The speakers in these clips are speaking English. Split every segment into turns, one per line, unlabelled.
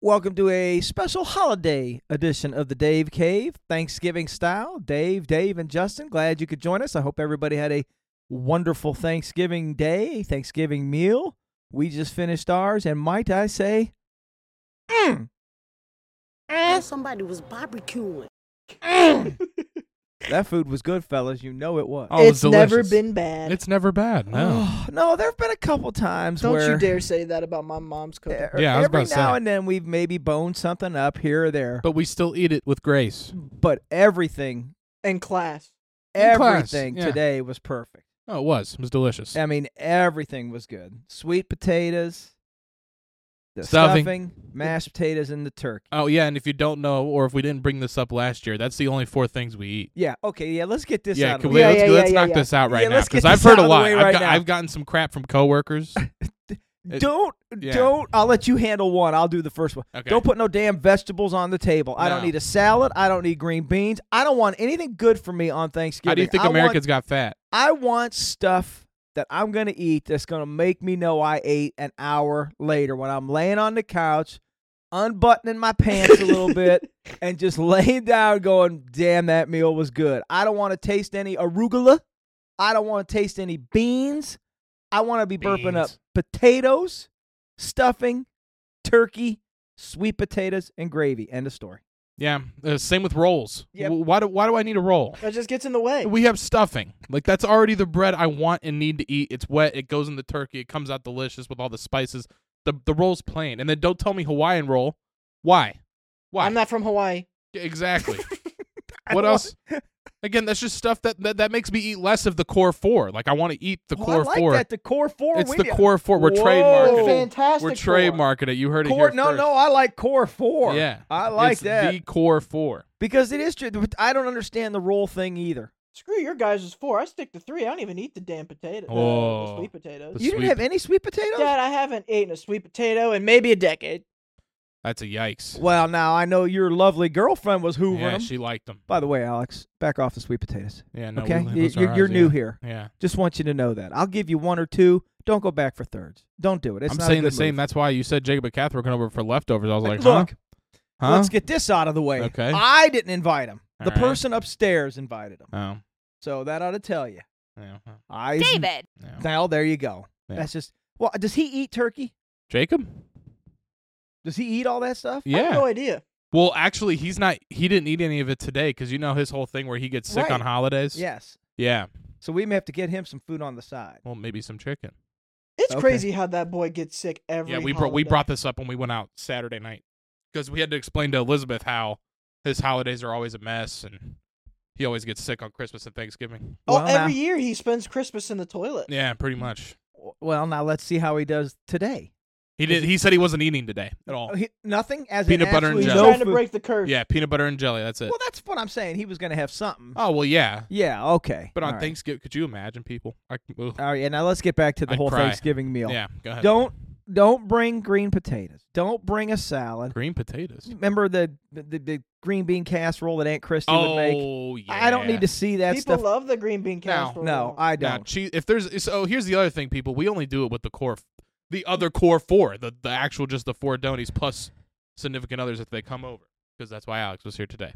Welcome to a special holiday edition of the Dave Cave, Thanksgiving style. Dave, Dave, and Justin, glad you could join us. I hope everybody had a wonderful Thanksgiving day, Thanksgiving meal. We just finished ours, and might I say, mm,
Well, somebody was barbecuing.
that food was good, fellas. You know it was.
Oh, it was
it's never
delicious.
been bad.
It's never bad. No.
Oh, no, there have been a couple times
Don't
where
you dare say that about my mom's cooking.
er,
Yeah, I was
every
about to
now
say.
and then we've maybe boned something up here or there,
But we still eat it with grace.
but everything,
In class,
In class,
everything
yeah.
today was perfect.
Oh, it was. It was delicious.
I mean, everything was good. Sweet potatoes, the stuffing,
Stuffing.
mashed potatoes, and the turkey.
Oh, yeah. And if you don't know, or if we didn't bring this up last year, that's the only four things we eat.
Yeah. Okay. Yeah. Let's get this
yeah,
out.
can
of
we,
the way.
Yeah,
let's,
yeah,
let's
yeah,
knock
yeah.
this out right
Yeah,
now
let's
because
get
I've
this out
heard a
of the
lot.
way
I've,
right
got-
now.
I've gotten some crap from coworkers. It-
Don't.
Yeah.
Don't. I'll let you handle one. I'll do the first one.
Okay.
Don't put no damn vegetables on the table. I don't
No.
need a salad. I don't need green beans. I don't want anything good for me on Thanksgiving.
How do you think
I want-
Americans got fat?
I want stuff that I'm going to eat that's going to make me know I ate an hour later when I'm laying on the couch, unbuttoning my pants a little bit, and just laying down going, damn, that meal was good. I don't want to taste any arugula. I don't want to taste any beans. I want to be burping up
Beans.
potatoes, stuffing, turkey, sweet potatoes, and gravy. End of story.
Yeah. Uh, same with rolls.
Yep. Uh,
W- Why do Why do I need a roll?
that just gets in the way.
We have stuffing. Like that's already the bread I want and need to eat. It's wet. It goes in the turkey. It comes out delicious with all the spices. The the roll's plain. And then don't tell me Hawaiian roll. Why? Why?
I'm not from Hawaii.
exactly.
I
what
don't-
else? Again, that's just stuff that, that that makes me eat less of the core four. Like I want to eat the
Oh,
core
I like
four.
that. The core four.
it's
we
the
did-
core four. We're
Whoa.
trademarking it.
Fantastic.
We're
for it.
trademarking it. You heard it
Core,
here
no,
first.
no, I like core four.
Yeah.
I like
It's
that
The core four.
because it is true. but I don't understand the roll thing either.
Screw your guys is four. I stick to three. I don't even eat the damn potato. the- the
Oh.
sweet potatoes.
The
you didn't
sweet-
have any sweet potatoes.
Dad, I haven't eaten a sweet potato in maybe a decade.
That's a yikes.
Well, now I know your lovely girlfriend was hoovering
yeah,
them.
she liked them.
By the way, Alex, back off the sweet potatoes.
Yeah, no,
okay,
we-
You-
those are
you're, you're
ours,
new
yeah.
here.
Yeah,
Just want you to know that. I'll give you one or two. Don't go back for thirds. Don't do it. It's
I'm
not a
saying the
good
same.
move.
That's why you said Jacob and Kath were coming over for leftovers. I was like,
Look,
huh? Huh?
let's get this out of the way.
Okay.
I didn't invite him. the
All right.
person upstairs invited him.
oh,
So that ought to tell you.
yeah, huh,
I
David.
yeah.
Now there you go.
Yeah.
That's just. Well, does he eat turkey?
Jacob?
Does he eat all that stuff?
I have
Yeah.
no idea.
Well, actually, he's not. He didn't eat any of it today because you know his whole thing where he gets sick
Right.
on holidays.
Yes.
Yeah.
So we may have to get him some food on the side.
Well, maybe some chicken.
It's
Okay.
crazy how that boy gets sick every.
yeah, we brought we
holiday.
brought this up when we went out Saturday night because we had to explain to Elizabeth how his holidays are always a mess and he always gets sick on Christmas and Thanksgiving.
Oh,
Well,
every
now-
year he spends Christmas in the toilet.
Yeah, pretty much.
Well, now let's see how he does today.
He did. He said he wasn't eating today at all.
Oh, He- nothing as in
Oh. Peanut butter and
absolutely
He's
jelly.
no
trying to
food.
break the curse.
Yeah, peanut butter and jelly. That's it.
Well, that's what I'm saying. He was going to have something.
Oh well, yeah.
Yeah. Okay.
But on
All right.
Thanksgiving, could you imagine people? I, ugh.
All right. Yeah. Now let's get back to the
I'd
whole
cry.
Thanksgiving meal.
yeah, go ahead.
Don't don't bring green potatoes. Don't bring a salad.
green potatoes.
Remember the the, the green bean casserole that Aunt Christie would make.
Oh yeah.
I don't need to see that
People
stuff.
love the green bean casserole.
no, I
Now,
don't.
cheese. If there's so here's the other thing, people. We only do it with the core, f- the other core four, the the actual just the four donies plus significant others if they come over, because that's why Alex was here today.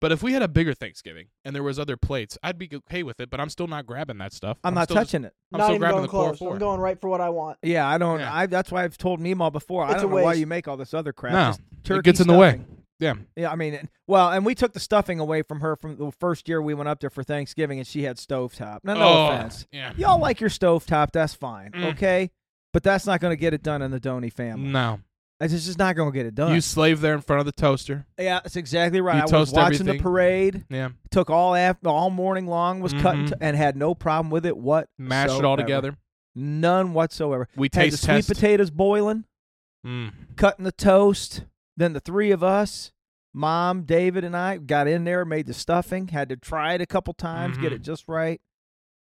But if we had a bigger Thanksgiving and there was other plates, I'd be okay with it. But I'm still not grabbing that stuff.
I'm, not
still just-
touching it.
I'm
not
still
even
grabbing
going
the core
close.
four.
I'm going right for what I want.
Yeah, I don't.
Yeah.
I that's why I've told Nima before. I
It's a
don't know why
waste.
you make all this other crap.
no,
Just turkey
it gets in the way.
stuffing.
Yeah,
Yeah, I mean, and- well, and we took the stuffing away from her from the first year we went up there for Thanksgiving, and she had stovetop. No, no
Oh,
offense.
Yeah.
Y'all like your stovetop, that's fine,
Mm.
okay? But that's not going to get it done in the Donny family.
No.
It's just it's not going to get it done.
You slave there in front of the toaster.
yeah, that's exactly right.
you
I was
toast
watching the
everything.
parade.
Yeah.
Took all after all morning long. Was cutting
Mhm.
t- and had no problem with it. What
Mash it all together.
None whatsoever.
We
Had the
taste
sweet
test.
potatoes boiling.
Mm.
cutting the toast. Then the three of us, mom, David, and I, got in there, made the stuffing, had to try it a couple times, get
Mhm.
it just right.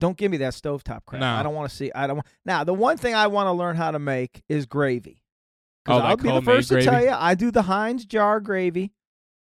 Don't give me that stovetop crap.
No.
I don't want to see. I don't want. Now, the one thing I want to learn how to make is gravy.
Oh,
Because
like
I'll be the
homemade
first to tell
gravy?
you, I do the Heinz jar gravy.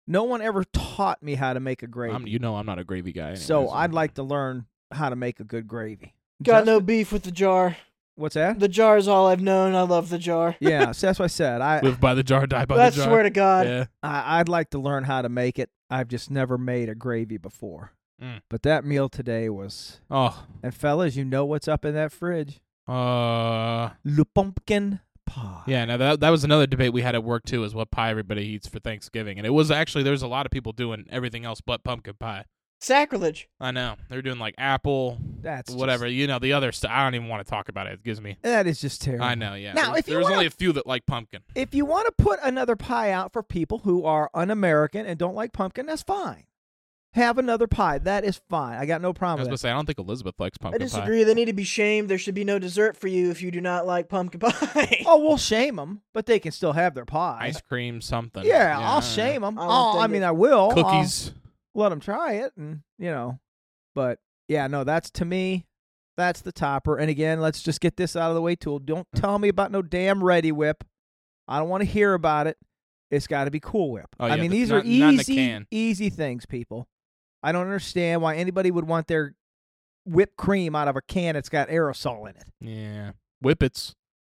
No one ever taught me how to make a gravy,
I'm, you know I'm not a gravy guy.
so
anyways.
I'd like to learn how to make a good gravy.
Got
Justin,
no beef with the jar.
What's that?
The jar is all I've known. I love the jar.
yeah, so that's what I said. I,
Live by the jar, die by
I
the jar.
swear to God.
yeah.
I I'd like to learn how to make it. I've just never made a gravy before.
Mm.
But that meal today was.
Oh.
And fellas, you know what's up in that fridge?
Uh.
Le pumpkin pie.
Yeah. Now that that was another debate we had at work too, is what pie everybody eats for Thanksgiving, and it was actually there's a lot of people doing everything else but pumpkin pie.
Sacrilege.
I know they're doing like apple,
That's just-
whatever. you know the other stuff. I don't even want to talk about it. It gives me.
that is just terrible.
I know. Yeah.
Now,
There-
if you
there was
wanna-
only a few that like pumpkin.
If you want to put another pie out for people who are un-American and don't like pumpkin, that's fine. Have another pie. That is fine. I got no
I was
problem
gonna
with
say I don't think Elizabeth likes
I
pumpkin pie.
disagree. They need to be shamed. There should be no dessert for you if you do not like pumpkin pie.
that. Oh, we'll shame them, but they can still have their pie.
Ice cream, something.
yeah,
I
I'll
don't know.
shame them.
I
I,
don't
will I
think
mean,
it-
I will. I'll
Cookies.
let them try it, and you know. But yeah, no, that's to me, that's the topper. And again, let's just get this out of the way. Tool, don't tell me about no damn Ready Whip. I don't want to hear about it. It's got to be Cool Whip.
Oh,
I
yeah,
mean,
the-
these are
not- not in a
easy,
can.
easy things, people. I don't understand why anybody would want their whipped cream out of a can that's got aerosol in it.
Yeah. Whippets.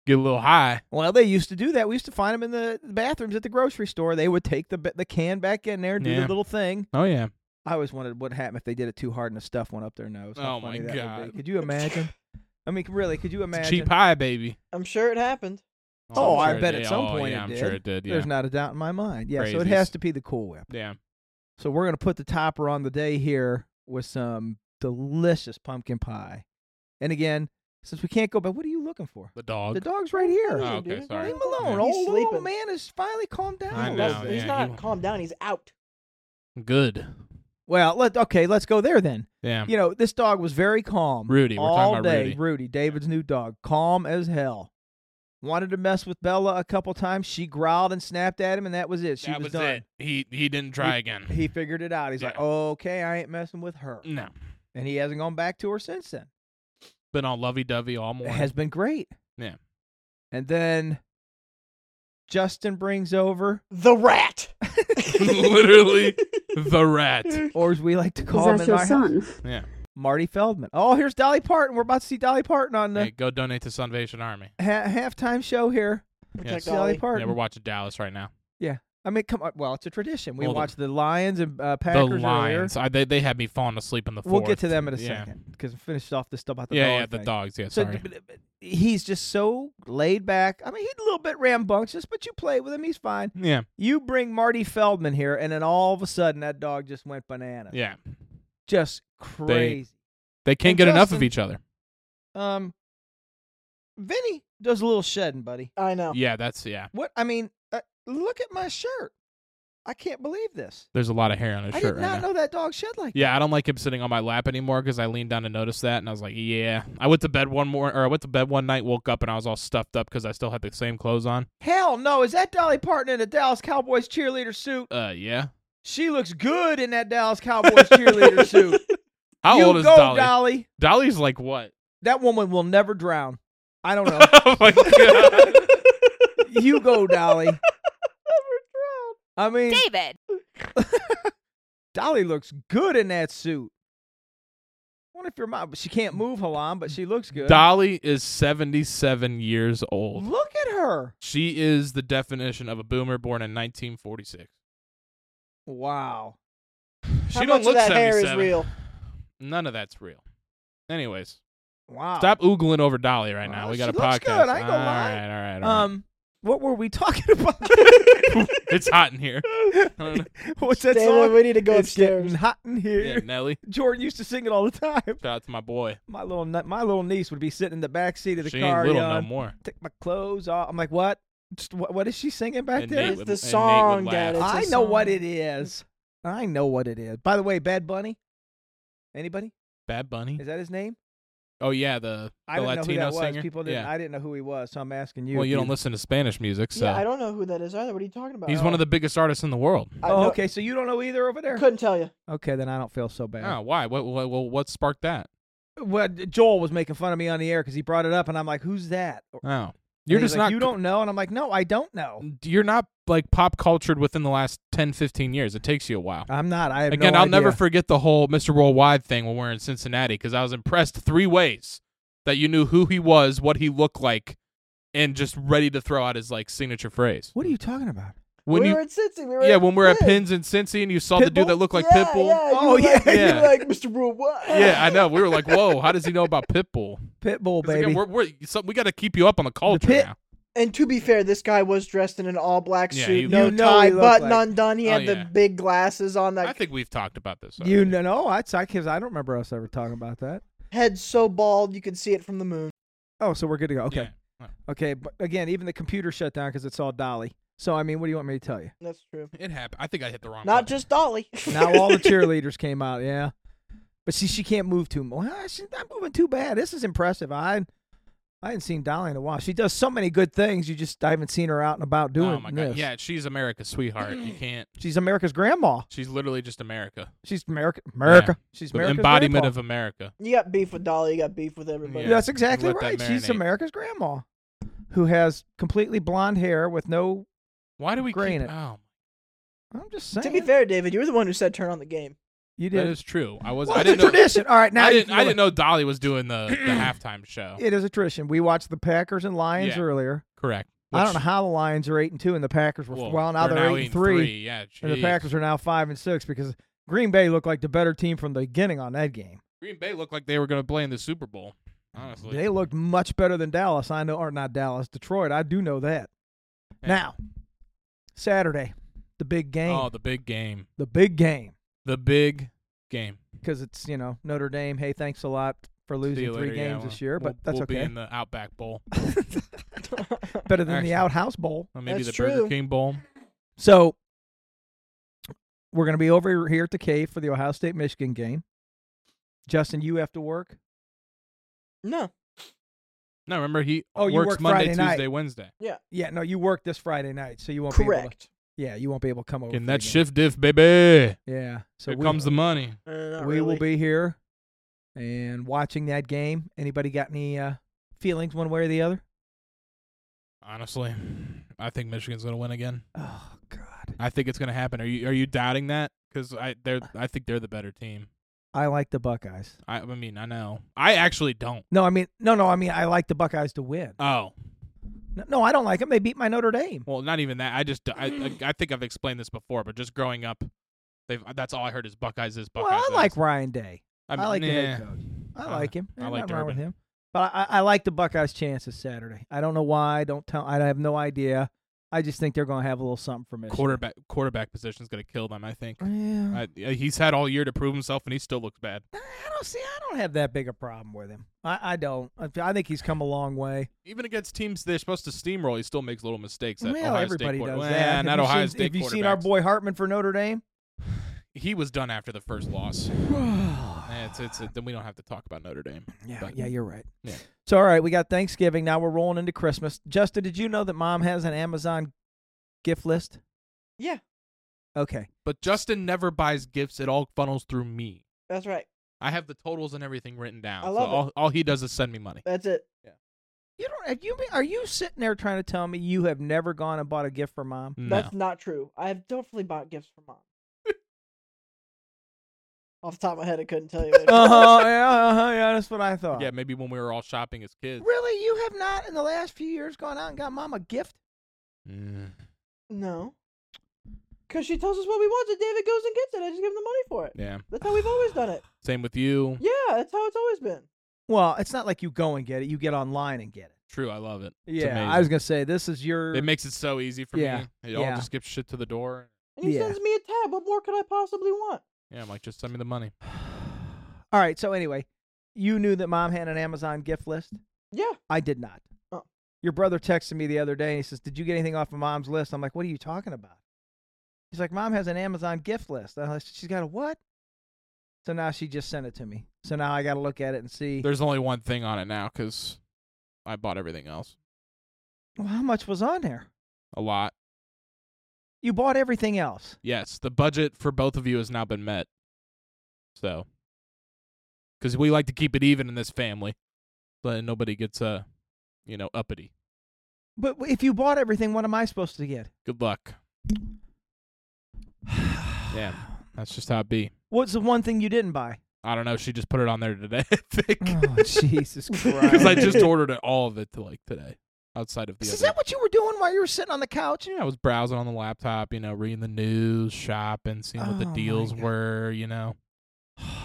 Get a little high.
Well, they used to do that. We used to find them in the bathrooms at the grocery store. They would take the the can back in there, do
Yeah.
the little thing.
Oh yeah.
I always wondered what happened if they did it too hard and the stuff went up their nose. How
Oh, my
funny that would be.
God.
Could you imagine? I mean, really, could you
It's a
imagine?
cheap pie, baby.
I'm sure it happened.
Oh,
I'm
I
sure it
bet
did.
at some
Oh,
point
yeah,
it
I'm
did.
sure it did. Yeah.
There's not a doubt in my mind. Yeah, so it
Crazies.
has to be the Cool Whip.
yeah.
So we're gonna put the topper on the day here with some delicious pumpkin pie. And again, since we can't go back, what are you looking for?
The dog.
The dog's right here.
Oh,
Yeah,
okay,
dude.
sorry.
Leave him alone.
Yeah.
Old, old
He's sleeping.
man has finally calmed down.
I
a
know,
little bit.
he's
yeah,
not
you-
calm down. He's out.
Good.
Well, let okay, let's go there then.
Yeah.
you know, this dog was very calm.
Rudy, we're
all
talking about
day.
Rudy.
David's new dog, calm as hell. Wanted to mess with Bella a couple times. She growled and snapped at him, and that was it. She
that was,
done.
it. He he didn't try again.
He figured it out. He's like,
Yeah. Mm.
okay, I ain't messing with her,
no.
and he hasn't gone back to her since then.
Been all lovey dovey all
It
morning.
has been great.
Yeah.
And then Justin brings over,
The rat.
Literally the rat.
or as we like to
Is
call him
that
in
your
our house,
son?
Yeah.
Marty Feldman. Oh, here's Dolly Parton. We're about to see Dolly Parton on the
Hey, go donate to Salvation Army.
ha- halftime show here.
Protect
Yes.
Dolly,
Ollie.
Parton.
Yeah, we're watching Dallas right now.
I mean, come on. Well, it's a tradition. We
Well, the-
watched the Lions and uh, Packers
the
earlier.
Lions. I, they they had me falling asleep in the
We'll
fourth.
get to them in a
yeah.
second because I finished off this stuff about the
yeah,
dog
yeah, the
thing.
dogs. Yeah,
So
sorry.
d- but- but he's just so laid back. I mean, he's a little bit rambunctious, but you play with him, he's fine.
yeah,
You bring Marty Feldman here, and then all of a sudden that dog just went bananas.
yeah.
just crazy.
They can't
And
get enough of
Justin-
each other.
um, Vinny does a little shedding, buddy.
I know.
Yeah, that's yeah.
What I mean, uh, look at my shirt. I can't believe this.
There's a lot of hair on his
I
shirt
did
right
not
now.
know that dog shed like that.
Yeah, I don't like him sitting on my lap anymore because I leaned down to notice that, and I was like, "Yeah." I went to bed one more, or I went to bed one night, woke up, and I was all stuffed up because I still had the same clothes on.
Hell no, is that Dolly Parton in a Dallas Cowboys cheerleader suit?
Uh, yeah.
She looks good in that Dallas Cowboys cheerleader suit.
How
you
old is
go,
Dolly?
Dolly.
Dolly's like what?
That woman will never drown. I don't know.
oh my god!
you go, Dolly. I mean,
David.
Dolly looks good in that suit. I wonder if your mom, she can't move, Halam, but she looks good.
Dolly is seventy-seven years old.
Look at her.
She is the definition of a boomer born in 1946.
Wow.
She
How
don't
much
look
of that
77.
hair is real?
None of that's real. Anyways,
Wow.
stop oogling over Dolly right now.
Oh,
we got
she
a
looks
podcast.
good. I ain't gonna
All
lie.
right, all right, all right.
Um, what were we talking about?
it's hot in here.
What's that
Taylor,
song?
we need to go
it's
upstairs.
getting hot in here.
Yeah, Nelly.
Jordan used to sing it all the time.
Shout out to my boy.
My little ne- my little niece would be sitting in the back seat of the
she
car.
ain't little
yelling,
no more.
Take my clothes off. I'm like, what? Just, what? What is she singing back
And
there?
Nate
It's
would-
the
and Nate would
song,
laugh.
Dad. It's
I
a
know what
song.
it is. I know what it is. By the way, Bad Bunny. Anybody?
Bad Bunny.
Is that his name?
Oh yeah, the,
I didn't
the Latino
know who that was.
singer.
People didn't.
yeah.
I didn't know who he was, so I'm asking you.
well,
if
you don't listen to Spanish music, so
Yeah, I don't know who that is either. What are you talking about?
he's one of the biggest artists in the world.
I
Oh,
know-
okay. So you don't know either over there.
Couldn't tell you.
Okay, then I don't feel so bad.
Oh, why? What, what? What? What sparked that?
Well, Joel was making fun of me on the air because he brought it up, and I'm like, "Who's that?"
Oh, you're
And he's
just
like,
not.
You don't know, and I'm like, "No, I don't know.
You're not like pop cultured within the last 10, 15 years. It takes you a while.
I'm not. I have
Again,
no
I'll
idea.
never forget the whole Mr. Worldwide thing when we were in Cincinnati because I was impressed three ways. that you knew who he was, what he looked like, and just ready to throw out his like signature phrase.
What are you talking about?
When
we
you
were at Cincy. We were
yeah,
at
when we were at
Pitt.
Pins and Cincy, and you saw the dude
Pitbull?
that looked like
yeah,
Pitbull.
Yeah, you
Oh,
were like,
yeah.
you
Yeah.
were like Mr. Worldwide.
Yeah, I know. We were like, "Whoa, how does he know about Pitbull?"
Pitbull
'Cause again,
baby.
we're, we're, so we got to keep you up on the culture
pit-
now.
And to be fair, this guy was dressed in an all black
Yeah,
suit,
you-
no
You know
tie,
he looked
button
like-
undone. He
Oh,
had
yeah.
the big glasses on. That
I think we've talked about this.
you
already.
know, no, I, I, can't- I don't remember us ever talking about that.
head so bald you could see it from the moon.
Oh, so we're good to go. Okay.
Yeah.
Okay. But again, even the computer shut down because it's all Dolly. So, I mean, what do you want me to tell you?
That's true.
It happened. I think I hit the wrong.
Not
button.
just Dolly.
Now all the cheerleaders came out. Yeah. But see, she can't move too much. She's not moving too bad. This is impressive. I I hadn't seen Dolly in a while. She does so many good things. You just I haven't seen her out and about doing
Oh my god!
this.
Yeah, she's America's sweetheart. You can't.
She's America's grandma.
She's literally just America,
She's America. America. She's
the
America's
embodiment
grandpa.
of America.
you got beef with Dolly. You got beef with everybody.
Yeah.
That's exactly
Let that
right. She's
marinate.
America's grandma, who has completely blonde hair with no.
Why do we
Grain
keep?
it.
Oh,
I'm just saying.
To be fair, David, you were the one who said turn on the game.
you did.
that is true. I was.
Well,
I
it's a
didn't know.
tradition. All right, now
I
you
didn't.
can
I
go
didn't know Dolly was doing the, the halftime show.
with- It is a tradition. We watched the Packers and Lions
Yeah.
earlier.
Correct.
I
Which-
don't know how the Lions are eight and two, and the Packers were
Well,
well now they're, eight and
eating
three,
Yeah,
and the
jeez.
Packers are now five and six because Green Bay looked like the better team from the beginning on that game.
Green Bay looked like they were going to play in the Super Bowl. Honestly,
They looked much better than Dallas. I know, or not Dallas, Detroit. I do know that.
Yeah.
Now, Saturday, the big game,
Oh, the big game.
the big game,
The big game.
because it's you know Notre Dame. Hey, thanks a lot for
See
losing
you
three
later. Yeah,
games
well,
this year, but
we'll-
that's
we'll Be
okay.
in the Outback Bowl,
better than the
Actually.
Outhouse Bowl.
or maybe
That's
the
true.
Burger King Bowl.
So we're going to be over here at the cave for the Ohio State Michigan game. Justin, you have to work.
no.
No, remember he
Oh, you
works
work
Monday,
Friday
Tuesday,
night. Oh,
Wednesday.
Yeah, no, you work this Friday night, so you won't be able. To,
Correct.
yeah, you won't be able to come over.
Getting
for the
that
game.
shift diff, baby.
Yeah. So
Here
we,
comes the money.
Uh, not
we will
really.
be here and watching that game. Anybody got any uh, feelings one way or the other?
Honestly, I think Michigan's going to win again.
Oh God,
I think it's going to happen. Are you are you doubting that? Because I they're I think they're the better team.
I like the Buckeyes.
I I mean I know I actually don't.
No, I mean no, no, I mean I like the Buckeyes to win.
Oh
No, no, I don't like them. They beat my Notre Dame.
well, not even that. I just I I- I think I've explained this before, but just growing up, they've that's all I heard is Buckeyes this Buckeyes.
well, I
this.
like Ryan Day.
I'm-
I like the head
nah.
coach. I
Uh,
like him.
I
There's
like
nothing wrong with
Durbin.
him. But I, I like the Buckeyes' chances Saturday. I don't know why. Don't tell. I have no idea. I just think they're going to have a little something for Michigan.
quarterback quarterback position's going to kill them. I think.
Mm-hmm. Yeah.
I, he's had all year to prove himself, and he still looks bad.
I, I don't see. I don't have that big a problem with him. I, I don't. I, I think he's come a long way.
Even against teams they're supposed to steamroll, he still makes little mistakes. That
well,
Ohio
everybody
State quarter-
does
Well,
that.
Not
have
Ohio
you seen,
State
Have you seen our
quarterbacks.
boy Hartman for Notre Dame?
He was done after the first loss.
yeah,
Eh, it's, it's, then we don't have to talk about Notre Dame. but-
yeah, you're right.
Yeah.
So all right, we got Thanksgiving. Now we're rolling into Christmas. Justin, did you know that Mom has an Amazon gift list?
Yeah,
Okay.
But Justin never buys gifts. It all funnels through me.
that's right.
I have the totals and everything written down.
I love
so
it.
all, all he does is send me money.
That's it.
You don't. Have you been, are you sitting there trying to tell me you have never gone and bought a gift for mom?
No.
That's not true. I have definitely bought gifts for mom. Off the top of my head, I couldn't tell you. what it
Uh
was.
huh. Yeah, uh-huh, yeah. That's what I thought.
yeah, maybe when we were all shopping as kids.
Really, you have not in the last few years gone out and got mom a gift?
Mm.
No. Because she tells us what we want, and David goes and gets it. I just give him the money for it.
Yeah.
That's how we've always done it.
Same with you.
Yeah, that's how it's always been.
Well, it's not like you go and get it. You get online and get it.
True. I love it. It's
Yeah, I
amazing.
was gonna say this is your.
It makes it so easy for
Yeah,
me. It all
yeah.
just gets shipped to the door.
And he
Yeah.
sends me a tab. What more could I possibly want?
Yeah, I'm like, just send me the money.
All right. So anyway, you knew that mom had an Amazon gift list.
Yeah.
I did not.
Oh.
Your brother texted me the other day and he says, Did you get anything off of mom's list? I'm like, What are you talking about? He's like, Mom has an Amazon gift list. I was, She's got a what? So now she just sent it to me. So now I got to look at it and see.
There's only one thing on it now because I bought everything else.
Well, how much was on there?
A lot.
You bought everything else.
Yes, the budget for both of you has now been met. So, because we like to keep it even in this family, but nobody gets uh, you know, uppity.
But if you bought everything, what am I supposed to get?
Good luck. Yeah, that's just how it be.
What's the one thing you didn't buy?
I don't know. She just put it on there today. I think
Oh, Jesus Christ.
because I just ordered it, all of it to like today. Outside of the
Is
other-
that what you were doing while you were sitting on the couch?
yeah, I was browsing on the laptop, you know, reading the news, shopping, seeing what
Oh
the
my
deals
God.
were, you know.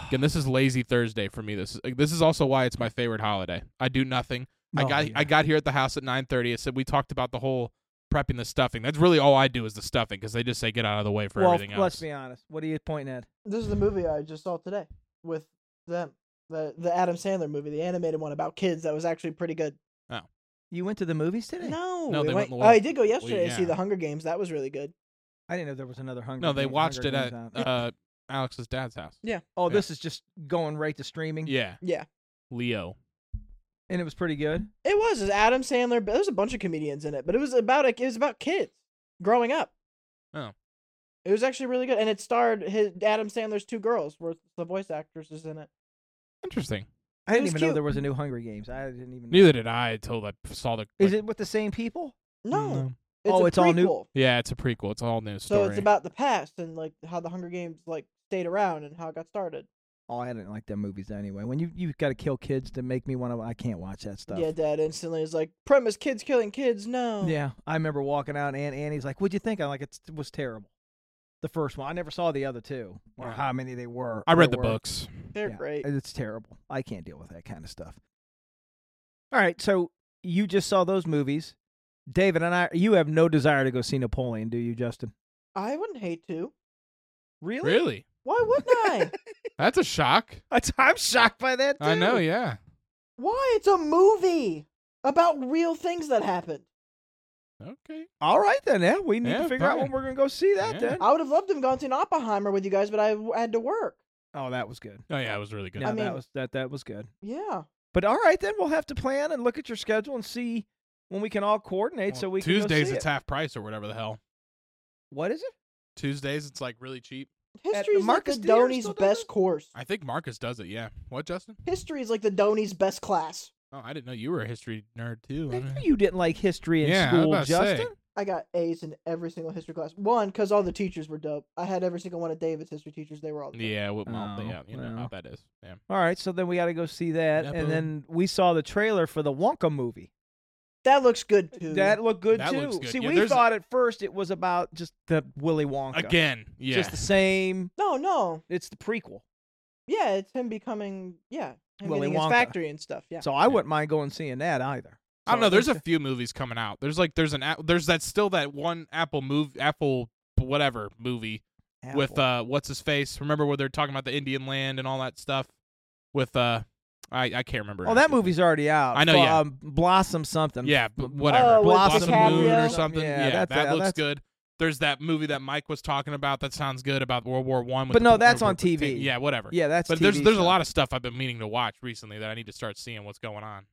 Again, this is lazy Thursday for me. This is, this is also why it's my favorite holiday. I do nothing. I
Oh,
got
yeah.
I got here at the house at 9:30. I said we talked about the whole prepping the stuffing. That's really all I do is the stuffing because they just say get out of the way for
well,
everything
let's
else.
be honest. What are you pointing at?
This is the movie I just saw today with them. The the Adam Sandler movie, the animated one about kids that was actually pretty good.
You went to the movies today?
No,
No,
we
they went in the
oh, I
wall.
did go yesterday to see
yeah.
the Hunger Games. That was really good.
I didn't know there was another Hunger.
No, they
Games-
watched it
Hunger
at
Games out.
uh, Alex's dad's house.
oh,
yeah.
this is just going right to streaming,
Yeah,
Yeah,
Leo.
and it was pretty good.
it was. It was Adam Sandler. But there was a bunch of comedians in it, but it was about like, it was about kids growing up.
Oh.
it was actually really good, and it starred his Adam Sandler's two girls were the voice actresses in it.
Interesting.
I didn't
was
even know
cute.
there was a new Hunger Games. I didn't even.
Neither did I until I saw the.
Is
like,
it with the same people?
No,
no.
It's
Oh,
a
it's all new-
prequel.
Yeah, it's a prequel. It's all new story.
So it's about the past and like how the Hunger Games like stayed around and how it got started.
Oh, I didn't like them movies anyway. When you you got to kill kids to make me want to, I can't watch that stuff.
Yeah, Dad instantly is like, premise kids killing kids. No.
Yeah, I remember walking out, and Aunt Annie's like, "What'd you think?" I'm like, "It was terrible." The first one, I never saw the other two or
Right.
how many they were.
I read the
there were.
books.
they're
Yeah,
great.
It's terrible. I can't deal with that kind of stuff. All right, so you just saw those movies, David and I. You have no desire to go see Napoleon, do you, Justin?
I wouldn't hate to.
Really?
Really?
Why wouldn't I?
That's a shock.
That's- I'm shocked by that.
I know.
too.
Yeah.
Why? It's a movie about real things that happened.
Okay.
All right, then. Yeah, we need
Yeah,
to figure out when
fine.
we're gonna go see that.
Yeah.
Then.
I would have loved to have gone to an Oppenheimer with you guys, but I w- had to work.
Oh, that was good.
Oh yeah, it was really good.
No,
I mean-
that was that that was good.
Yeah.
But all right, then we'll have to plan and look at your schedule and see when we can all coordinate
Well,
so we can go
Tuesdays
see
it's
it.
half price or whatever the hell.
What is it?
Tuesdays it's like really cheap.
History is like
Marcus
the
Theater
Donnie's
still does
best
it?
course.
I think Marcus does it. Yeah. What, Justin?
History is like the Donnie's best class.
Oh, I didn't know you were a history nerd too. I
I knew
don't know.
you didn't like history in
Yeah, I was
school,
about to say.
Justin.
I got A's in every single history class. One, because all the teachers were dope. I had every single one of David's history teachers. They were all dope.
Yeah. Well, well,
Oh,
yeah. You know
well.
how that is. Yeah.
All right, so then we got to go see that,
Yeah,
and
boom.
then we saw the trailer for the Wonka movie.
That looks good too.
Uh, That looked good
That
too.
looks good.
See,
Yeah,
we
there's-
thought at first it was about just the Willy Wonka
Again. Yeah.
just the same.
no, no,
It's the prequel,
yeah, it's him becoming yeah, him
Willy
getting his
Wonka.
factory and stuff. Yeah,
so I wouldn't mind going seeing that either.
I don't
So
know. There's
it's-
a few movies coming out. There's like there's an app there's that still that one Apple move Apple whatever movie with
Apple.
uh what's his face. Remember where they're talking about the Indian land and all that stuff with uh I I can't remember.
oh, that
actually.
movie's already out.
I know,
Fl-
yeah.
Um, Blossom something.
Yeah,
Bl-
but whatever.
Oh, with
Blossom Moon
DiCaprio?
or something.
Yeah,
Yeah,
that's-
that
uh,
looks
that's-
good. There's that movie that Mike was talking about that sounds good about World War One. with
But
the-
no, that's
with
on
the team.
TV.
Yeah, whatever.
Yeah, that's.
but there's
TV
there's a
stuff.
lot of stuff I've been meaning to watch recently that I need to start seeing what's going on.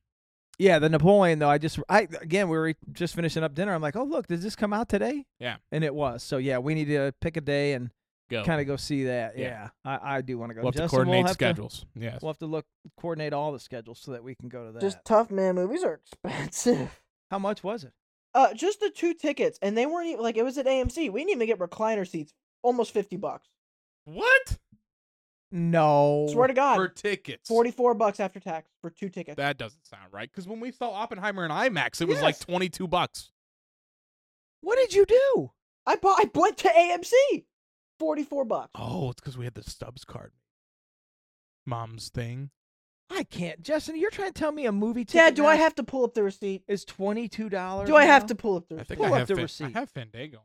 Yeah, the Napoleon though. I just I again we were just finishing up dinner. I'm like, oh look, did this come out today?
Yeah.
and it was. So yeah, we need to pick a day and
Go.
kind of go see that. Yeah,
Yeah.
I, I do want to go.
we'll have to
Justin,
coordinate
we'll have to-
schedules. yes.
we'll have to look coordinate all the schedules so that we can go to that.
just tough man movies are expensive.
How much was it?
Uh, just the two tickets, and they weren't even like it was at AMC. We didn't even get recliner seats. Almost fifty bucks.
what
No.
Swear to God,
for tickets?
forty-four bucks after tax for two tickets.
That doesn't sound right. Because when we saw Oppenheimer in IMAX, it was like
Yes.
22 bucks.
what did you do?
I bought. I went to AMC. Forty-four bucks.
Oh, it's because we had the Stubbs card. Mom's thing.
I can't, Justin. You're trying to tell me a movie ticket
Dad, do I
now
have to pull up the receipt?
is twenty two dollars?
Do I have to pull up the
I
receipt?
think
Pull
I
up
have
the
Fan-
receipt.
I have Fandango.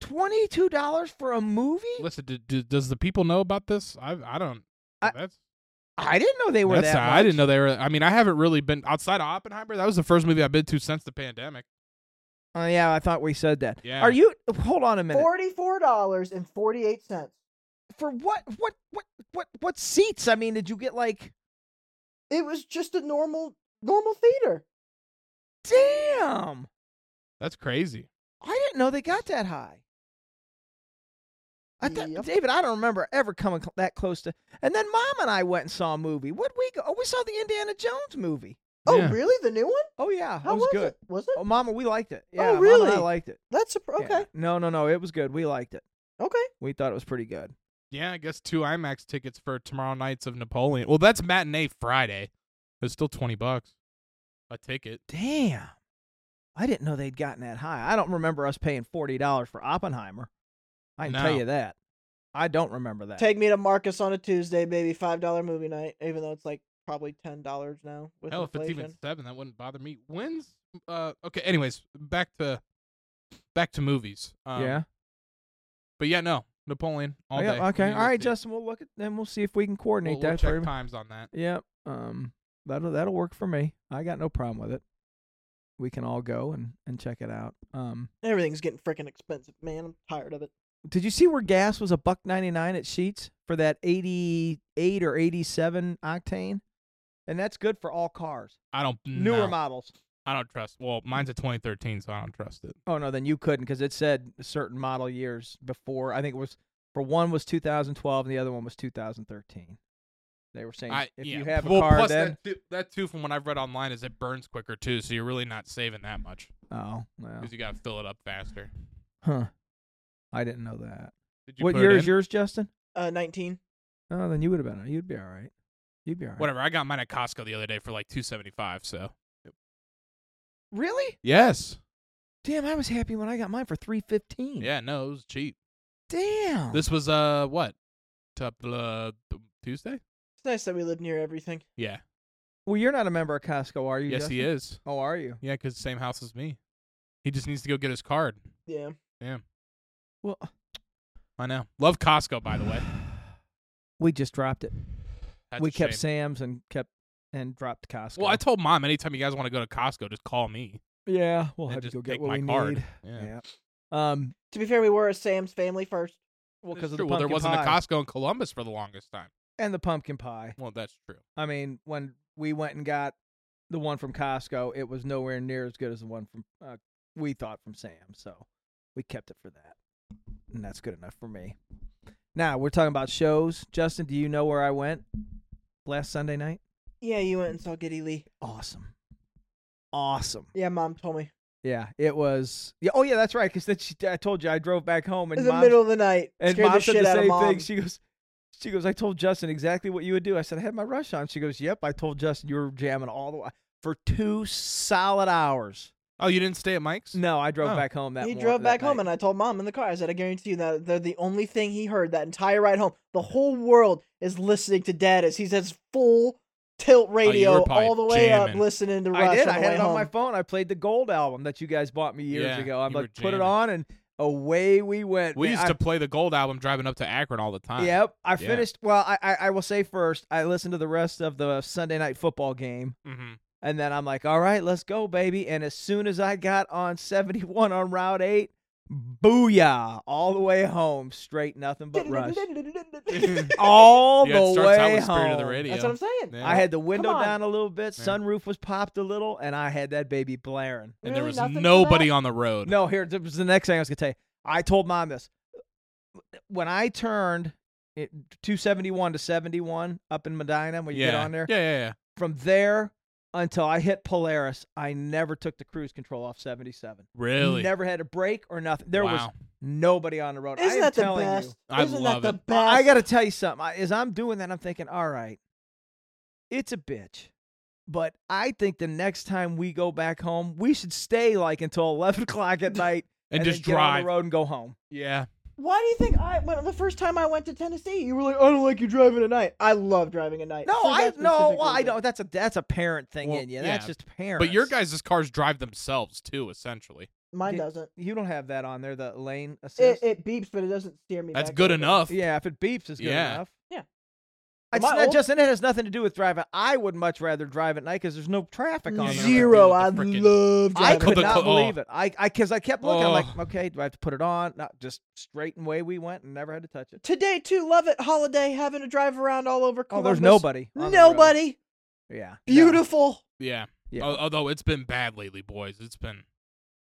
twenty two dollars for a movie?
Listen, do, do, does the people know about this? I I don't.
I-
that's
I didn't know they were
that's
that.
I didn't
much.
know they were. I mean, I haven't really been outside of Oppenheimer. That was the first movie I've been to since the pandemic.
Oh yeah, I thought we said that.
Yeah.
Are you? Hold on a minute.
Forty-four dollars and forty-eight cents.
for what what what what what seats? I mean, did you get like
It was just a normal normal theater.
damn?
That's crazy.
I didn't know they got that high. I thought,
Yep.
David, I don't remember ever coming cl- that close to. And then Mom and I went and saw a movie. What we go? Oh, we saw the Indiana Jones movie.
Oh,
Yeah.
really? The new one?
Oh yeah,
How
it was, good.
it? Was it?
Oh, Mama, we liked it.
Oh,
Yeah, Mom and
really?
I liked it.
That's a,
Yeah.
okay.
No, no, no, it was good. We liked it.
Okay.
We thought it was pretty good.
Yeah, I guess two IMAX tickets for tomorrow night's of Napoleon. Well, that's matinee Friday. It's still twenty bucks a ticket.
Damn. I didn't know they'd gotten that high. I don't remember us paying forty dollars for Oppenheimer. I can tell
No.
you that. I don't remember that.
Take me to Marcus on a Tuesday, baby. Five dollar movie night, even though it's like probably ten dollars now with
Hell, Oh, if it's
inflation.
even seven, that wouldn't bother me. When's uh okay? Anyways, back to back to movies. Um,
yeah.
but yeah, no Napoleon all
Yeah,
day.
Okay.
You
All right,
see it.
Justin. We'll look at then. We'll see if we can coordinate
We'll, we'll
that for
check
everybody.
times on that.
Yep. Um. That'll that'll work for me. I got no problem with it. We can all go and and check it out. Um.
Everything's getting freaking expensive, man. I'm tired of it.
Did you see where gas was a buck ninety nine at Sheets for that eighty eight or eighty seven octane? And that's good for all cars,
I don't
newer
no,
models.
I don't trust. Well, mine's a 2013, so I don't trust it.
Oh no, then you couldn't because it said certain model years before. I think it was for one was 2012 and the other one was 2013. They were saying
I,
if
yeah.
you have
well,
a car
plus
then
that, too- that too from what I've read online is it burns quicker too, so you're really not saving that much
oh well,
because you got to fill it up faster.
huh? I didn't know that.
Did you
What
put
year
it
is
in?
yours, Justin?
Uh, nineteen.
Oh, then you would have been. You'd be all right. You'd be all right.
Whatever. I got mine at Costco the other day for like 275. So
Really?
yes,
Damn, I was happy when I got mine for 315.
yeah, no, it was cheap.
Damn.
This was uh what? Tup- uh, th- Tuesday?
It's nice that we live near everything.
Yeah.
well, you're not a member of Costco, are you?
yes, he
Justin?
is.
Oh, are you?
Yeah, because same house as me. He just needs to go get his card.
Yeah.
Well,
uh I know. Love Costco, by the way.
we just dropped it.
That's
we
a
kept
shame.
Sam's and kept and dropped Costco.
Well, I told mom anytime you guys want to go to Costco, just call me.
Yeah, we'll
and
have to
just
go
take
get what
my
we
card.
need.
Yeah.
Um.
To be fair, we were a Sam's family first.
Well,
That's
because
true.
the
well, there
pumpkin
wasn't
pie.
a Costco in Columbus for the longest time.
and the pumpkin pie.
Well, that's true.
I mean, when we went and got the one from Costco, it was nowhere near as good as the one from uh, we thought from Sam. So we kept it for that, and that's good enough for me. Now we're talking about shows. Justin, do you know where I went last Sunday night?
Yeah, you went and saw Giddy Lee.
Awesome, awesome.
Yeah, mom told me.
Yeah, it was. Yeah, oh yeah, that's right. Because then she, I told you I drove back home and
in the
Mom-
middle of the night,
And
scared
mom
the
said
shit
the
out of
same
mom.
thing. She goes, she goes. I told Justin exactly what you would do. I said I had my rush on. She goes, Yep. I told Justin you were jamming all the way for two solid hours.
Oh, you didn't stay at Mike's?
No, I drove
Oh.
back home that.
he
mor-
drove
that
back home,
night.
and I told mom in the car. I said, "I guarantee you that they're the only thing he heard that entire ride home. The whole world is listening to Dad as he says full
Oh,
tilt
were
radio
probably
all the way up,
jamming.
listening to Rush
I did.
on
I
the
had
way
it on
home.
my phone. I played the Gold album that you guys bought me years
Yeah,
ago. I'm
you were
like, put it
jamming.
on, and away we went.
We
Man,
used
I-
to play the Gold album driving up to Akron all the time.
Yep, I
Yeah.
finished. Well, I, I I will say first, I listened to the rest of the Sunday night football game.
hmm
And then I'm like, all right, let's go, baby. And as soon as I got on 71 on Route 8, booyah, all the way home, straight nothing but rush. All
yeah, it
the
starts out
way
with Spirit of the
home.
Radio.
That's what I'm saying.
Yeah.
I had the window
on.
down a little bit,
Yeah.
sunroof was popped a little, and I had that baby blaring.
and
Really?
there was
Nothing to
nobody
that?
on the road.
No, here, this was the next thing I was going to tell you. I told mom this. When I turned it, 271 to 71 up in Medina, when you
yeah.
get on there,
Yeah, yeah, yeah.
from there until I hit Polaris, I never took the cruise control off 77.
Really?
Never had a break or nothing. There was
Wow.
nobody on the road. I
Isn't
am
that the
telling
best?
you.
I
Isn't
love
that the
it.
best?
I got to tell you something. I, as I'm doing that, I'm thinking, all right, it's a bitch. But I think the next time we go back home, we should stay like until 11 o'clock at night
and,
then
just
get on
drive.
the road and go home.
Yeah.
Why do you think I when the first time I went to Tennessee, you were like, I don't like you driving at night. I love driving at night.
No,
for
I
that
no,
specific
well, I
reason.
don't. That's a that's a parent thing
Well,
in you.
yeah,
That's just parents.
But your guys' cars drive themselves too, essentially.
Mine
Yeah.
doesn't.
you don't have that on there. The lane
It,
assist.
it beeps, but it doesn't steer me.
That's
back
good
over.
enough.
Yeah, if it beeps, it's good
Yeah.
enough.
Yeah.
It's
My
not
old-
just, and it has nothing to do with driving. I would much rather drive at night because there's no traffic on
Yeah,
the
you're
road.
Zero. I
Deal with the frickin-
love
I
driving.
could
the
not
cl- oh.
believe it. I, I, because I kept looking. I'm like,
Oh.
okay, do I have to put it on? Not just straight and way we went and never had to touch it.
Today too, love it. Holiday, having to drive around all over.
Oh,
Columbus.
there's nobody. on the road.
Nobody.
Yeah. no.
Beautiful.
Yeah.
Yeah.
Al- Although it's been bad lately, boys. It's been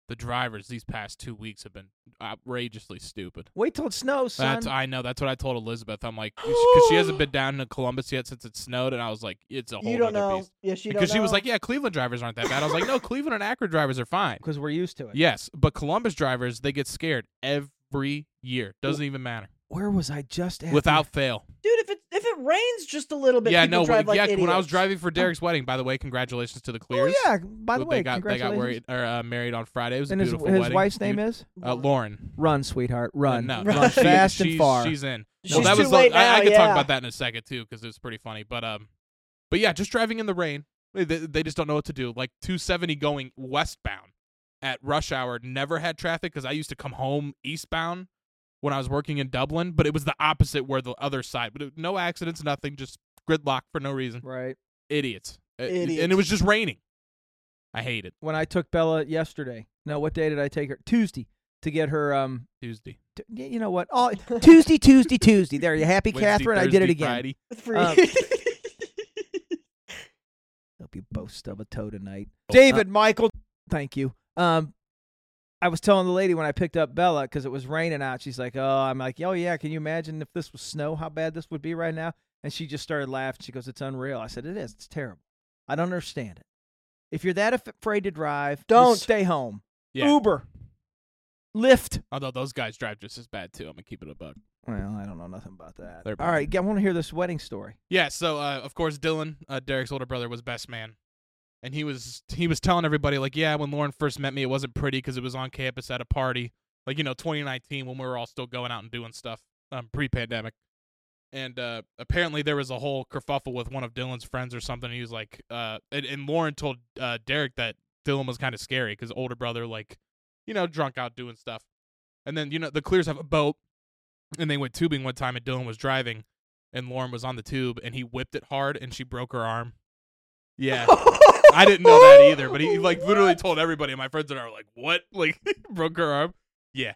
the drivers these past two weeks have been outrageously stupid.
Wait till it snows, son.
That's I know. That's what I told Elizabeth. I'm like, because she hasn't been down to Columbus yet since it snowed, and I was like, it's a whole
You don't
nother
know.
beast.
Yes, you don't.
because she was
know.
like, yeah, Cleveland drivers aren't that bad. I was like, no, Cleveland and Akron drivers are fine.
Because we're used to it.
Yes, but Columbus drivers they get scared every year. Doesn't even matter.
Where was I just at?
without fail.
dude. If it if it rains just a little bit,
Yeah,
people
no,
drive
yeah.
like
When I was
idiots.
driving for Derek's wedding, by the way, congratulations to the
Oh
Clears.
yeah. By the
Who-
way,
they got they
congratulations.
got worried or uh, married on Friday. It was
and
a
his,
beautiful
his
wedding.
wife's name
Beaut-
is
uh, Lauren.
Run, sweetheart, run,
No,
Run.
no, she-
fast and
she's-
far.
She's in.
She's
well, that
too
was
late
the, I, I
now,
could talk
yeah.
about that in a second too because it's pretty funny. But um, but yeah, just driving in the rain. They, they- they just don't know what to do. Like 270 going westbound at rush hour never had traffic because I used to come home eastbound when I was working in Dublin, but it was the opposite where the other side. But it, no accidents, nothing, just gridlock for no reason.
right.
Idiots. Uh, And
Idiots.
it was just raining. I hate it.
When I took Bella yesterday. No, what day did I take her? Tuesday to get her. Um,
Tuesday.
t- y- you know what? All Tuesday, Tuesday, Tuesday. There, you happy,
Wednesday,
Catherine? I did it
Thursday,
again.
Friday.
Free.
Um,
Um,
Hope you both stub a toe tonight.
Oh, uh,
David, Michael, thank you. Um, I was telling the lady when I picked up Bella because it was raining out. She's like, "Oh," I'm like, "Oh yeah." Can you imagine if this was snow? How bad this would be right now? And she just started laughing. She goes, "It's unreal." I said, "It is. It's terrible. I don't understand it. If you're that af- afraid to drive, just
Don't.
stay home.
Yeah.
Uber, Lyft.
Although those guys drive just as bad too. I'm gonna keep it a buck.
Well, I don't know nothing about that.
They're
All right, I want to hear this wedding story.
Yeah, so uh, of course Dylan, uh, Derek's older brother, was best man, and he was he was telling everybody like, yeah, when Lauren first met me, it wasn't pretty because it was on campus at a party, like you know, 2019 when we were all still going out and doing stuff, um, pre-pandemic, and uh, apparently there was a whole kerfuffle with one of Dylan's friends or something. He was like, uh, and, and Lauren told uh, Derek that Dylan was kind of scary because older brother, like, you know, drunk out doing stuff, and then you know the Clears have a boat, and they went tubing one time, and Dylan was driving and Lauren was on the tube and he whipped it hard and she broke her arm.
Oh,
Yeah. I didn't know that either, but
Oh,
he like literally told everybody and my friends and I were like, "What?" Like broke her arm. Yeah.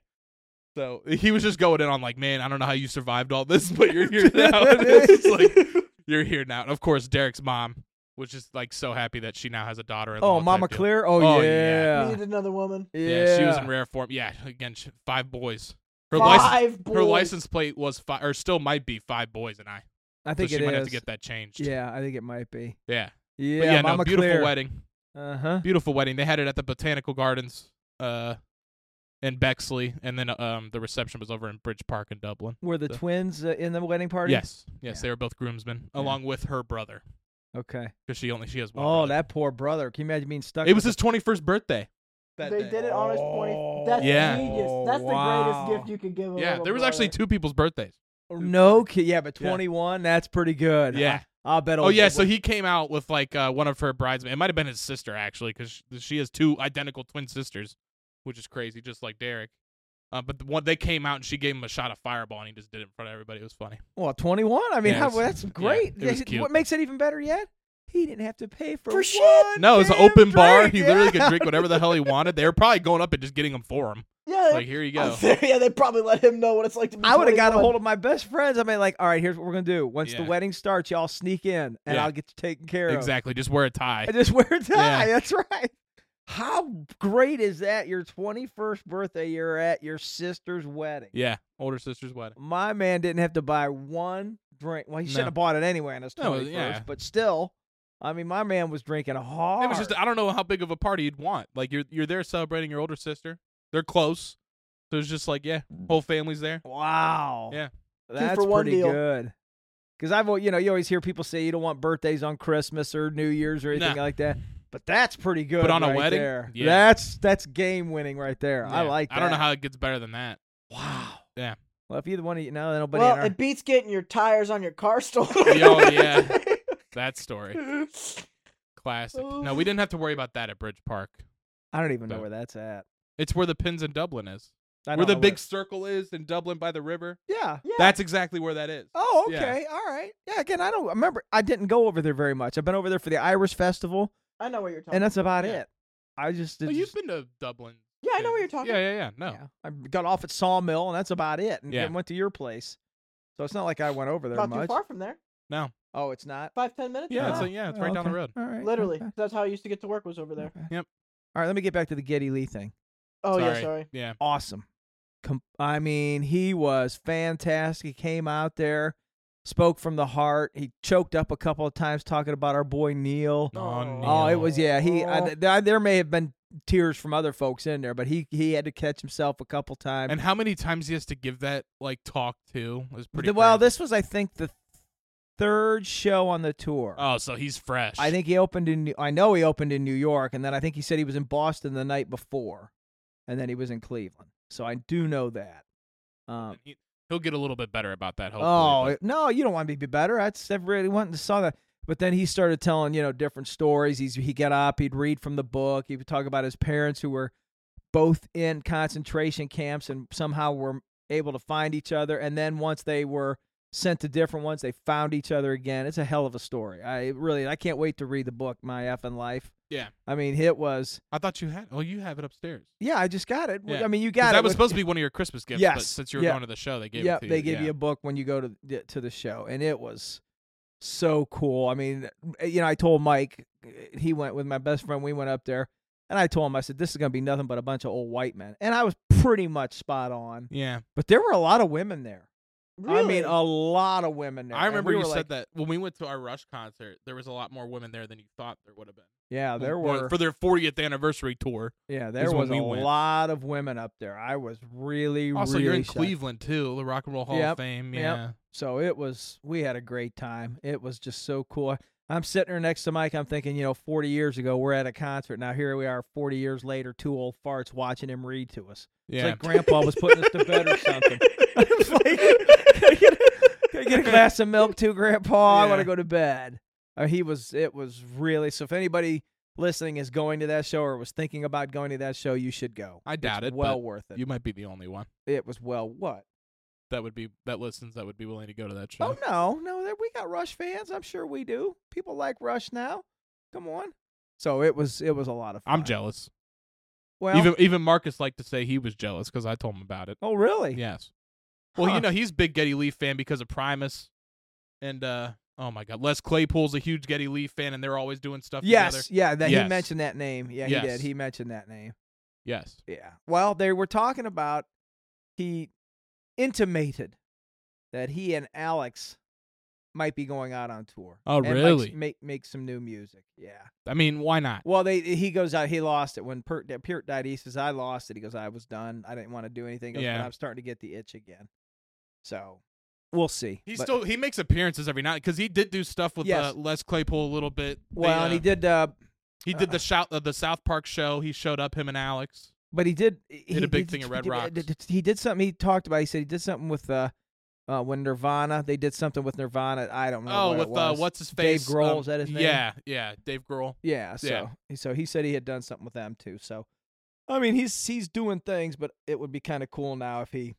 So he was just going in on like, "Man, I don't know how you survived all this, but you're here now." And it's just like you're here now. And of course, Derek's mom was just like so happy that she now has a daughter.
Oh, Mama Clear. Oh,
Oh,
yeah.
yeah.
We need another woman.
yeah,
Yeah. she was in rare form. Yeah, again, she, five boys. Her license,
Five boys.
her license plate was five, or still might be five boys, and I.
I think
so
it
she might have to
is.
get that changed.
Yeah, I think it might be.
Yeah.
Yeah,
But yeah,
Mama
no, beautiful
Clear.
wedding.
Uh huh.
Beautiful wedding. They had it at the Botanical Gardens uh in Bexley and then um the reception was over in Bridge Park in Dublin.
Were the
So-
twins uh, in the wedding party?
Yes. Yes,
Yeah.
they were both groomsmen
Yeah.
along with her brother
Okay.
cuz she only she has one.
Oh,
brother.
that poor brother. Can you imagine being stuck?
It was
with
his 21st birthday.
They
that day?
did it on his twenty. That's
Yeah.
genius. That's
Wow.
the greatest gift you could
Oh,
give. a
Yeah,
little
there was
brother.
actually two people's birthdays.
No kid. Yeah, but
Oh. Yeah.
21. That's pretty good.
Yeah.
I, will bet.
Oh
old
yeah,
Dib-
so he came out with like uh, one of her bridesmaids. It might have been his sister actually, because she has two identical twin sisters, which is crazy, just like Derek. Uh, but the one they came out and she gave him a shot of fireball and he just did it in front of everybody. It was funny.
Well, 21. I mean,
Yeah, it
how,
was-
that's
yeah,
great.
it was cute.
What makes it even better yet? He didn't have to pay for,
For
one
shit.
No, it was an
damn
open bar.
drink.
He literally
Yeah.
could drink whatever the hell he wanted. They were probably going up and just getting him for him.
Yeah.
Like, here you go.
yeah, they probably let him know what it's like to be.
I would have got a
21.
hold of my best friends. I mean, like, all right, here's what we're gonna do. Once the
Yeah.
wedding starts, y'all sneak in, and
Yeah.
I'll get you taken care of.
Exactly. Just wear a tie.
I just wear a tie.
Yeah.
That's right. How great is that? Your 21st birthday, you're at your sister's wedding.
Yeah. Older sister's wedding.
My man didn't have to buy one drink. Well, he should
No.
have bought it anyway on his 21st,
No, yeah.
but still, I mean, my man was drinking hard.
It was just I don't know how big of a party you'd want. Like you're you're there celebrating your older sister. They're close. So it's just like, yeah, whole family's there.
wow.
Yeah.
That's
for one
pretty
deal.
good. Because I've, al- you know, you always hear people say you don't want birthdays on Christmas or New Year's or anything
Nah.
like that. But that's pretty good.
on a
right
wedding?
there.
Yeah.
that's that's game winning right there. I
Yeah.
like. that.
I don't know how it gets better than that.
Wow.
Yeah.
Well, if either one of you, no, nobody.
Well,
in our,
it beats getting your tires on your car stolen.
Yo, Oh, yeah. That story. Classic. No,
Oh.
we didn't have to worry about that at Bridge Park.
I don't even know
but-
where that's at.
It's where the pins in Dublin is.
I
Where
don't
the
know
big circle is in Dublin by the river.
yeah.
Yeah.
That's exactly where that is.
Oh,
Yeah.
okay. All right. Yeah. Again, I don't remember. I didn't go over there very much. I've been over there for the Irish festival,
I know what you're talking.
and that's about
Yeah.
it. I just,
Oh,
did
you've been to Dublin.
Yeah, I know what
too.
you're talking
Yeah, yeah, yeah. No.
yeah. I got off at Sawmill, and that's about it. And
Oh. Yeah.
then went to your place, so it's not like I went over there
about. Not too
much.
far from there.
Oh, it's not.
Five ten minutes.
Ah,
Yeah, it's
max.
like, yeah, it's right
Oh,
down the
okay.
road.
All right.
literally.
okay,
That's how I used to get to work was over there.
okay.
Yep.
All right. Let me get back to the Getty Lee thing.
Oh
sorry.
yeah, sorry.
Yeah.
awesome. Com- I mean, he was fantastic. He came out there, spoke from the heart. He choked up a couple of times talking about our boy Neil.
Oh,
Oh, it was yeah. He I,
Aw.
th- there may have been tears from other folks in there, but he he had to catch himself a couple times.
And how many times he has to give that like talk to is pretty.
The- well,
crazy.
this was I think the third show on the tour.
Oh, so he's fresh.
I think he opened in. I know he opened in New York, and then I think he said he was in Boston the night before, and then he was in Cleveland. So I do know that. Um,
And he, will get a little bit better about that. Hopefully,
oh
but-
it- no, you don't want me to be better. That's I really went and saw that. But then he started telling you know different stories. He's he got up, he'd read from the book. He would talk about his parents who were both in concentration camps and somehow were able to find each other. And then once they were sent to different ones, they found each other again. It's a hell of a story. I really I can't wait to read the book, My Effing Life.
Yeah.
I mean, it was
I thought you had. Oh, you have it upstairs.
yeah. I just got it.
Yeah.
I mean, you
'Cause
got it.
that was
with-
supposed to be one of your Christmas gifts. but
Yes,
since you were
yeah.
going to the show, they gave
yep,
it to you.
they give
yeah.
you a book when you go to the, to the show, and it was so cool. I mean, eh, you know, I told Mike, eh, he went with my best friend. We went up there, and I told him, I said, "This is gonna be nothing but a bunch of old white men," and I was pretty much spot on.
Yeah,
But there were a lot of women there. I
Really?
mean, a lot of women there.
I remember
and we
you
were
said
like-
that when we went to our Rush concert. There was a lot more women there than you thought there would have been.
Yeah, there
Well,
were.
for their 40th anniversary tour.
Yeah, there
when
was
we
a
went.
lot of women up there. I was really,
Also,
really
you're in
shocked.
Cleveland too, the Rock and Roll Hall
Yep,
of Fame.
yep.
Yeah,
So it was, we had a great time. It was just so cool. I'm sitting here next to Mike. I'm thinking, you know, 40 years ago, we're at a concert. Now here we are, 40 years later, two old farts watching him read to us.
yeah.
It's like Grandpa was putting us to bed or something. It's
like,
Can I get a glass of milk too, Grandpa? I want
Yeah.
to go to bed. Uh, he was, it was really. So if anybody listening is going to that show or was thinking about going to that show, you should go.
I doubt
it's
it,
Well
but
worth it.
you might be the only one
it was well what?
that would be that listens that would be willing to go to that show.
Oh no, no, there- we got Rush fans. I'm sure we do. People like Rush now. Come on. So it was it was a lot of fun.
I'm jealous.
Well,
even even Marcus liked to say he was jealous because I told him about it.
oh really?
Yes. Well,
Huh.
you know he's a big Getty Leaf fan because of Primus, and uh, oh my God, Les Claypool's a huge Getty Leaf fan, and they're always doing stuff
Yes,
together.
yeah. That he
Yes.
mentioned that name. Yeah,
Yes.
he did. He mentioned that name.
Yes.
Yeah. Well, they were talking about he intimated that he and Alex might be going out on tour.
Oh,
and might
really?
s- Make make some new music. Yeah.
I mean, why not?
Well, they he goes out. He lost it when Pert, Pert died. He says, "I lost it." He goes, "I was done. I didn't want to do anything." He goes,
Yeah.
but I'm starting to get the itch again. So we'll see.
He
But-
still he makes appearances every night because he did do stuff with
Yes.
uh, Les Claypool a little bit. They,
well, and
uh,
he did. Uh,
he did the shout uh, the South Park show. He showed up him and Alex.
but he did. He
a
he
big thing
did-
at Red
he did- uh,
Rocks.
did- did- He did something. He talked about. He said he did something with uh, uh, when Nirvana. They did something with Nirvana. I don't know.
Oh,
what
with
it
uh,
was.
what's his
Dave
face?
Grohl,
Um,
is that his name?
Yeah, yeah, Dave Grohl.
Yeah. So
Yeah.
so he said he had done something with them too. So I mean he's he's doing things, but it would be kind of cool now if he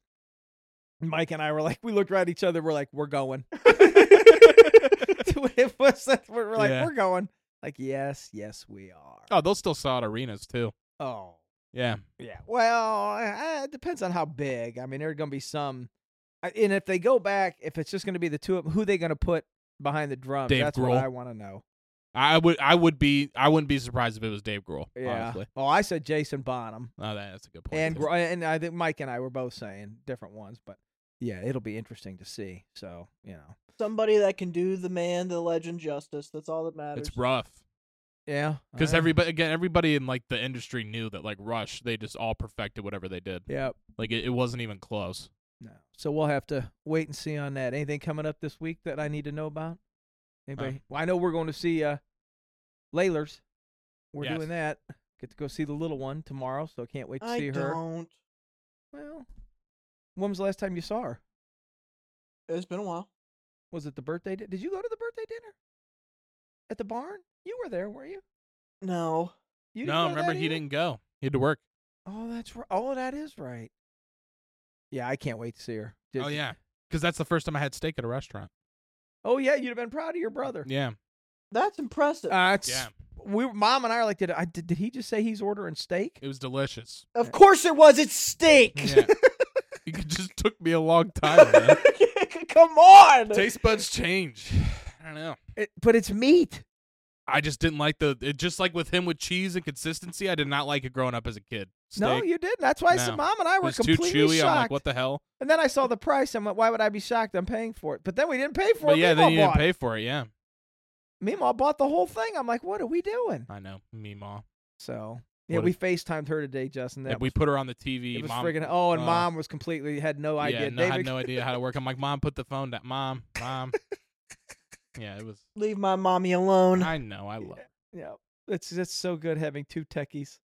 Mike and I were like we looked right at each other, we're like, we're going. it was that we're we're like,
Yeah.
we're going. Like, yes, yes, we are.
Oh, they'll still sell out arenas too.
Oh.
Yeah,
Yeah. Well, uh, it depends on how big. I mean, there are going to be some. I- And if they go back, if it's just going to be the two of them, who they going to put behind the drums?
Dave
That's
Grohl.
what I want to know.
I would. I would be. I wouldn't be surprised if it was Dave Grohl.
Yeah.
Honestly,
Oh, I said Jason Bonham.
oh, that, that's a good point.
and
too.
gro- and I think Mike and I were both saying different ones, but yeah, it'll be interesting to see. So you know,
Somebody that can do the man, the legend justice. That's all that matters.
it's rough
yeah,
because
uh,
everybody again, everybody in like the industry knew that like Rush, they just all perfected whatever they did.
yeah,
Like it, it wasn't even close.
no. So we'll have to wait and see on that. Anything coming up this week that I need to know about? Anybody? well, I know we're going to see uh, Layler's. We're
Yes.
doing that. Get to go see the little one tomorrow, so I can't wait to
I
see her.
don't.
Well, when was the last time you saw her?
It's been a while.
Was it the birthday? Di- Did you go to the birthday dinner at the barn? You were there, were you?
No.
you
no,
go to that
remember he
either?
didn't go. He had to work.
Oh, that's right. Oh, that is right. Yeah, I can't wait to see her. Did-
Oh yeah, because that's the first time I had steak at a restaurant.
Oh yeah, you'd have been proud of your brother.
Yeah,
That's impressive.
Uh, it's,
yeah,
We, mom and I are like, did I did, did he just say he's ordering steak?
it was delicious.
of course it was. It's steak.
Yeah, it just took me a long time. Man.
Come on.
Taste buds change. I don't know.
It- but it's meat.
I just didn't like the it, just like with him with cheese and consistency. I did not like it growing up as a kid.
No,
Steak,
you didn't. That's why I
No.
said mom and I
it
were
was too
completely
chewy.
shocked.
I'm like, what the hell?
And then I saw the price. I went, why would I be shocked? I'm paying for it. But then we didn't pay for
But
it.
yeah, then
Meemaw
you didn't
bought it.
pay for it. Yeah,
Meemaw bought the whole thing. I'm like, what are we doing?
I know. Meemaw.
So Yeah,
What
we FaceTimed her today, Justin. That
Yeah, we put her on the TV.
it was
mom,
friggin' oh, and
uh,
mom was completely had no
yeah,
idea.
no, I had no idea how to work. I'm like, mom, put the phone down. Mom, mom. yeah, it was.
Leave my mommy alone.
I know. I love. it.
Yeah, it's it's so good having two techies.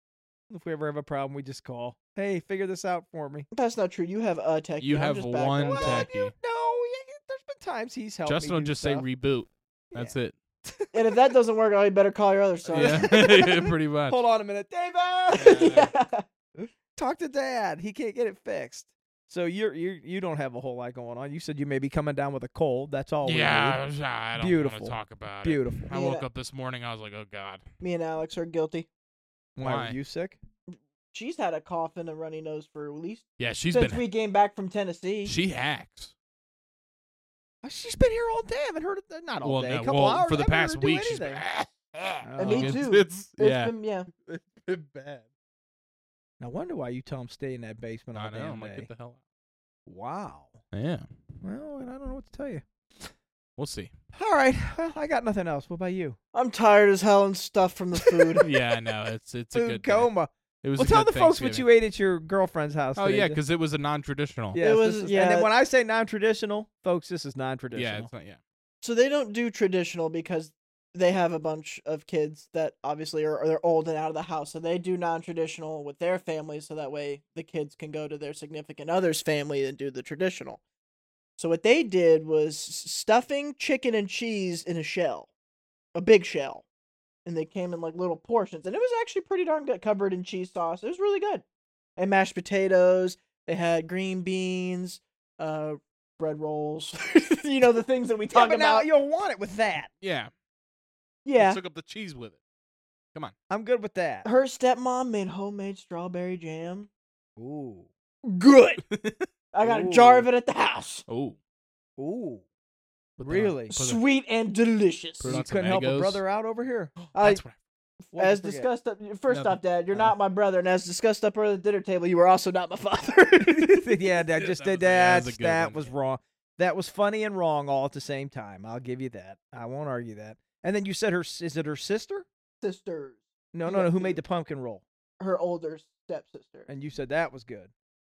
If we ever have a problem, we just call. Hey, figure this out for me.
That's not true. You have a tech.
You
I'm
have
just back
one
on
Well,
that.
tech.
you know,
techie.
yeah, there's been times he's helped.
Justin
me
will
do
just
stuff.
say reboot. That's it.
And if that doesn't work, I better call your other son.
Yeah, yeah, pretty much.
Hold on a minute,
Yeah.
David.
Yeah.
Talk to Dad. He can't get it fixed. So you're you you don't have a whole lot going on. You said you may be coming down with a cold. That's all. we need.
yeah, I was- I don't
Beautiful.
want to talk about it.
beautiful.
I
Yeah.
woke up this morning. I was like, oh god.
Me and Alex are guilty.
Why
Why?
are you sick?
She's had a cough and a runny nose for at least
Yeah, she's
since
been.
we came back from Tennessee.
she hacks.
Oh, She's been here all day. I haven't heard it. uh, Not all
well,
day.
no,
a couple
well,
hours.
for the
I haven't heard
past
her do
week, she's been. "Ah,
anything.
And me
Like,
too.
Uh, It's,
It's
yeah,
been- yeah.
it's been bad.
No wonder why you tell him stay in that basement all
I know.
damn
I'm like,
day.
get the hell
Wow.
out. Yeah,
Well, I don't know what to tell you.
we'll see.
All right. Well, I got nothing else. What about you?
I'm tired as hell and stuff from the food.
yeah, I know. It's it's a
Food
good. day.
coma.
It was.
Well,
a
tell the
good
folks what
Thanksgiving.
you ate at your girlfriend's house.
Oh
today.
yeah, because it was a non-traditional.
Yes,
It
this
was-
is-
yeah.
And then when I say non-traditional, folks, this is non-traditional.
yeah, it's not. Yeah,
so they don't do traditional because they have a bunch of kids that obviously are they're old and out of the house. So they do non-traditional with their families so that way the kids can go to their significant other's family and do the traditional. So what they did was s- stuffing chicken and cheese in a shell, a big shell. And they came in like little portions and it was actually pretty darn good covered in cheese sauce. It was really good. And mashed potatoes, they had green beans, uh bread rolls, you know the things that we
Yeah,
talk
but now
about.
you'll want it with that.
yeah.
Yeah.
Took up the cheese with it.
I'm good with that.
Her stepmom made homemade strawberry jam.
Ooh.
Good. I got a jar of
Ooh.
it at the house.
Oh,
Ooh. Really?
Sweet and delicious.
Put it
you
on some
couldn't help a
Eggos.
brother out over here.
I-
That's what
What'd you
as
forget?
discussed up first
Nothing.
off, Dad, you're
Uh.
not my brother, and as discussed up earlier at the dinner table, you were also not my father.
yeah, that
Yeah,
just
that was
did
a- that
that.
was a good
That
one,
was
yeah.
wrong. That was funny and wrong all at the same time. I'll give you that. I won't argue that. And then you said her is it her sister?
Sisters.
No, no,
Yeah.
no. Who made the pumpkin roll?
Her older stepsister.
And you said that was good.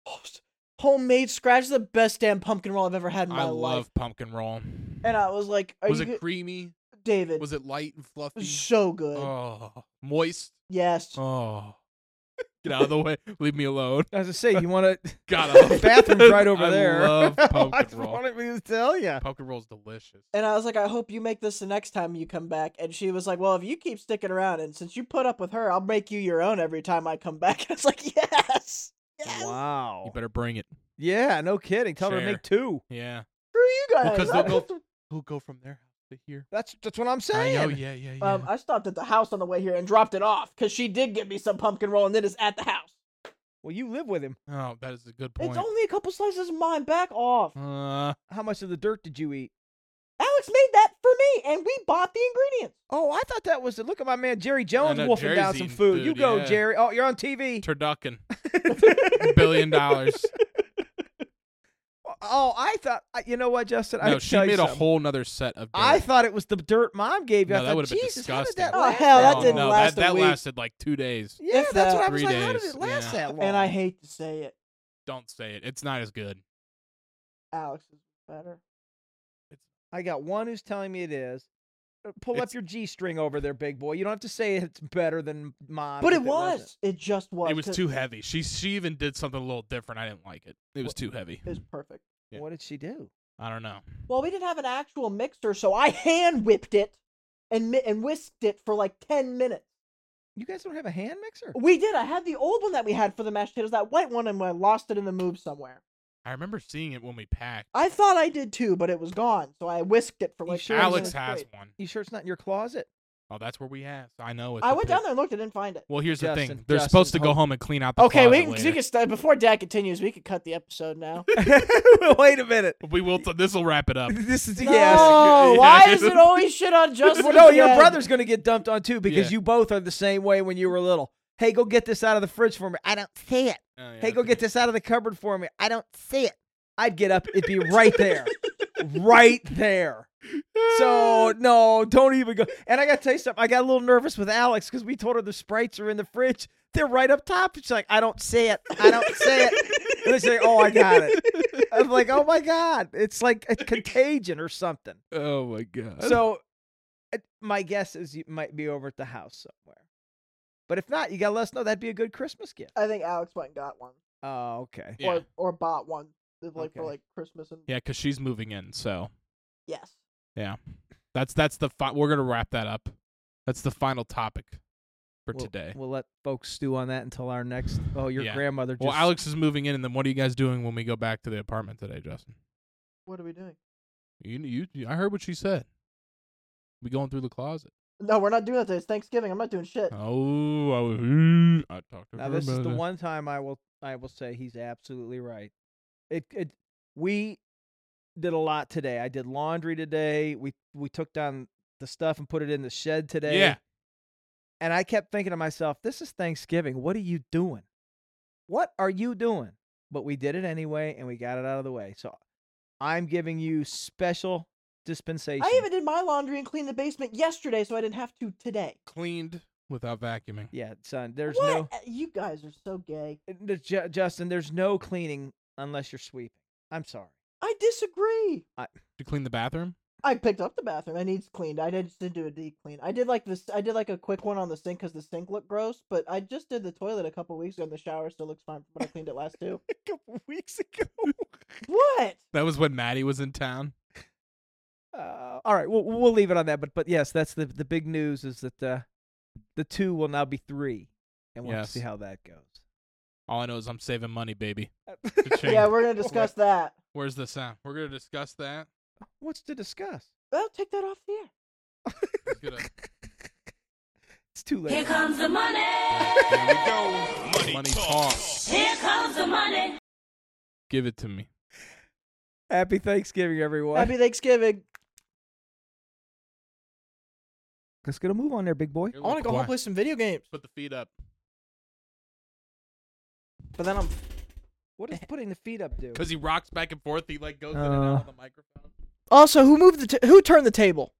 Oh, s- homemade scratch is the best damn pumpkin roll I've ever had in my
I
life.
love pumpkin roll.
And I was like, Are
was
you
it
good-
creamy?
David?
Was it light and fluffy?
so good.
Oh, moist.
yes.
Oh, get out of the way. Leave me alone.
As I say, you want to
God, I love
bathroom's right over
I
there.
love
I
pumpkin
just
roll.
wanted me to tell you.
Pumpkin roll's delicious.
And I was like, I hope you make this the next time you come back. And she was like, Well, if you keep sticking around, and since you put up with her, I'll make you your own every time I come back. I was like, Yes, yes,
Wow.
You better bring it.
Yeah, no kidding. Tell her to
Share.
make two.
Yeah.
screw you guys.
Because
I,
they'll go. Who'll go from there to here?
That's that's what I'm
I
saying.
know. Yeah, yeah, yeah.
um, I stopped at the house on the way here and dropped it off because she did get me some pumpkin roll, and it is at the house.
Well, you live with him.
oh, that is a good point.
It's only a couple slices of mine. Back off.
Uh,
How much of the dirt did you eat?
Alex made that for me, and we bought the ingredients.
Oh, I thought that was look at my man Jerry Jones
know,
wolfing
Jerry's
down some
eating
food.
food,
You go,
yeah.
Jerry. Oh, you're on TV.
turducken. Billion dollars.
Oh, I thought I- you know what, Justin. I
No,
could
she
tell you
made a
something.
whole nother set of.
I
dirt.
thought it was the dirt mom gave you.
No,
I
that
thought,
would've been
Jesus, how did that
disgusting.
Oh,
last
hell, that
long?
Oh,
didn't
no,
last a
that, that
week.
lasted like two days.
Yeah,
If
that's
that.
what I was
Three
like. How did
days,
it last
yeah.
that long?
And I hate to say it,
Don't say it. It's not as good.
Alex is better.
I got one who's telling me it is. Uh, Pull up
It's-
your G string over there, big boy. You don't have to say it's better than mine.
But it was. It just was.
It was
'cause
too heavy. She she even did something a little different. I didn't like it. It was too heavy.
It was perfect.
Yeah.
What did she do?
I don't know.
Well, we didn't have an actual mixer, so I hand whipped it and mi- and whisked it for like ten minutes.
You guys don't have a hand mixer?
We did. I had the old one that we had for the mashed potatoes, that white one, and I lost it in the move somewhere.
I remember seeing it when we packed.
I thought I did too, but it was gone, so I whisked it for
You
like.
sure
10
Alex
minutes
has
straight.
one.
You sure it's not in your closet?
Oh, that's where we asked. I know. It's
I
a
went
pit.
down there and looked. I didn't find it.
Well, here's the
Justin,
thing. They're
Justin,
supposed to go
hold-
home and clean
Oh,
out the
Okay,
closet
we can, we
later.
can start before Dad continues. We could cut the episode now.
Wait a minute.
We will. T- this will wrap it up. Oh,
This is
No,
yeah.
why is it always shit on Justin?
Well, no, your
again?
brother's going to get dumped on too because
Yeah.
you both are the same way when you were little. Hey, go get this out of the fridge for me. I don't see it.
Oh, yeah,
Hey, go
that's
get
okay.
this out of the cupboard for me. I don't see it. I'd get up. It'd be right there. right there. So no, don't even go. And I gotta tell you something. I got a little nervous with Alex because we told her the sprites are in the fridge. They're right up top. She's like, I don't see it. I don't see it. And they say, Oh, I got it. I'm like, Oh my god, it's like a contagion or something.
oh my god.
So uh, my guess is you might be over at the house somewhere. But if not, you gotta let us know. That'd be a good Christmas gift.
I think Alex went and got one,
Oh, okay.
yeah,
or or bought one, like for
Okay.
like Christmas and
yeah, because she's moving in. So
yes.
yeah, that's that's the fi- we're gonna wrap that up. That's the final topic for
We'll-
today.
We'll let folks stew on that until our next. Oh, your
Yeah.
grandmother just.
Well, Alex is moving in, and then what are you guys doing when we go back to the apartment today, Justin?
What are we doing?
You, you, you I heard what she said. We going through the closet.
No, we're not doing that today. It's Thanksgiving. I'm not doing shit.
Oh, I, was, I talked to
Now
her
this is
about
the
it.
one time I will I will say he's absolutely right. It it we did a lot today. I did laundry today. We we took down the stuff and put it in the shed today.
Yeah,
And I kept thinking to myself, this is Thanksgiving. What are you doing? What are you doing? But we did it anyway and we got it out of the way. So I'm giving you special dispensation.
I even did my laundry and cleaned the basement yesterday, so I didn't have to today.
cleaned without vacuuming.
Yeah, son, there's
what?
no
Uh, You guys are so gay.
no Ju- Justin, there's no cleaning unless you're sweeping. I'm sorry.
I disagree.
Did you clean the bathroom?
I picked up the bathroom. It needs cleaned. I did- just didn't do a deep clean. I did like this. I did like a quick one on the sink because the sink looked gross. But I just did the toilet a couple weeks ago. and The shower still looks fine when I cleaned it last too.
A couple weeks ago.
what?
That was when Maddie was in town.
Uh, all right, we'll we'll leave it on that. But but yes, that's the the big news is that uh, the two will now be three, and we'll have to see
Yes.
how that goes.
All I know is I'm saving money, baby.
Yeah,
Cha-ching.
we're gonna discuss that.
Where's the sound? We're gonna discuss that.
What's to discuss?
Well, take that off the air.
It's gonna-
It's too late.
Here comes the money.
There we go. Money, talk.
Here comes the money.
Give it to me.
Happy Thanksgiving, everyone.
Happy Thanksgiving.
Let's get a move on there, big boy.
I want to go home and play some video games,
Put the feet up.
but then I'm
What does putting the feet up do?
Cause he rocks back and forth. He like goes in and out
Uh.
on the microphone.
also who moved the t- who turned the table?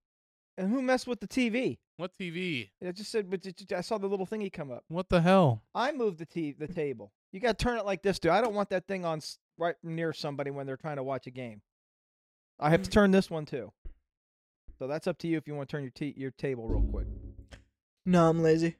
And who messed with the TV?
What TV?
I just said, but j- j- I saw the little thingy come up.
What the hell?
I moved the t- the table. You got to turn it like this, dude. I don't want that thing on s- right near somebody when they're trying to watch a game. I have to turn this one too. So that's up to you if you want to turn your t- your table real quick.
No, I'm lazy.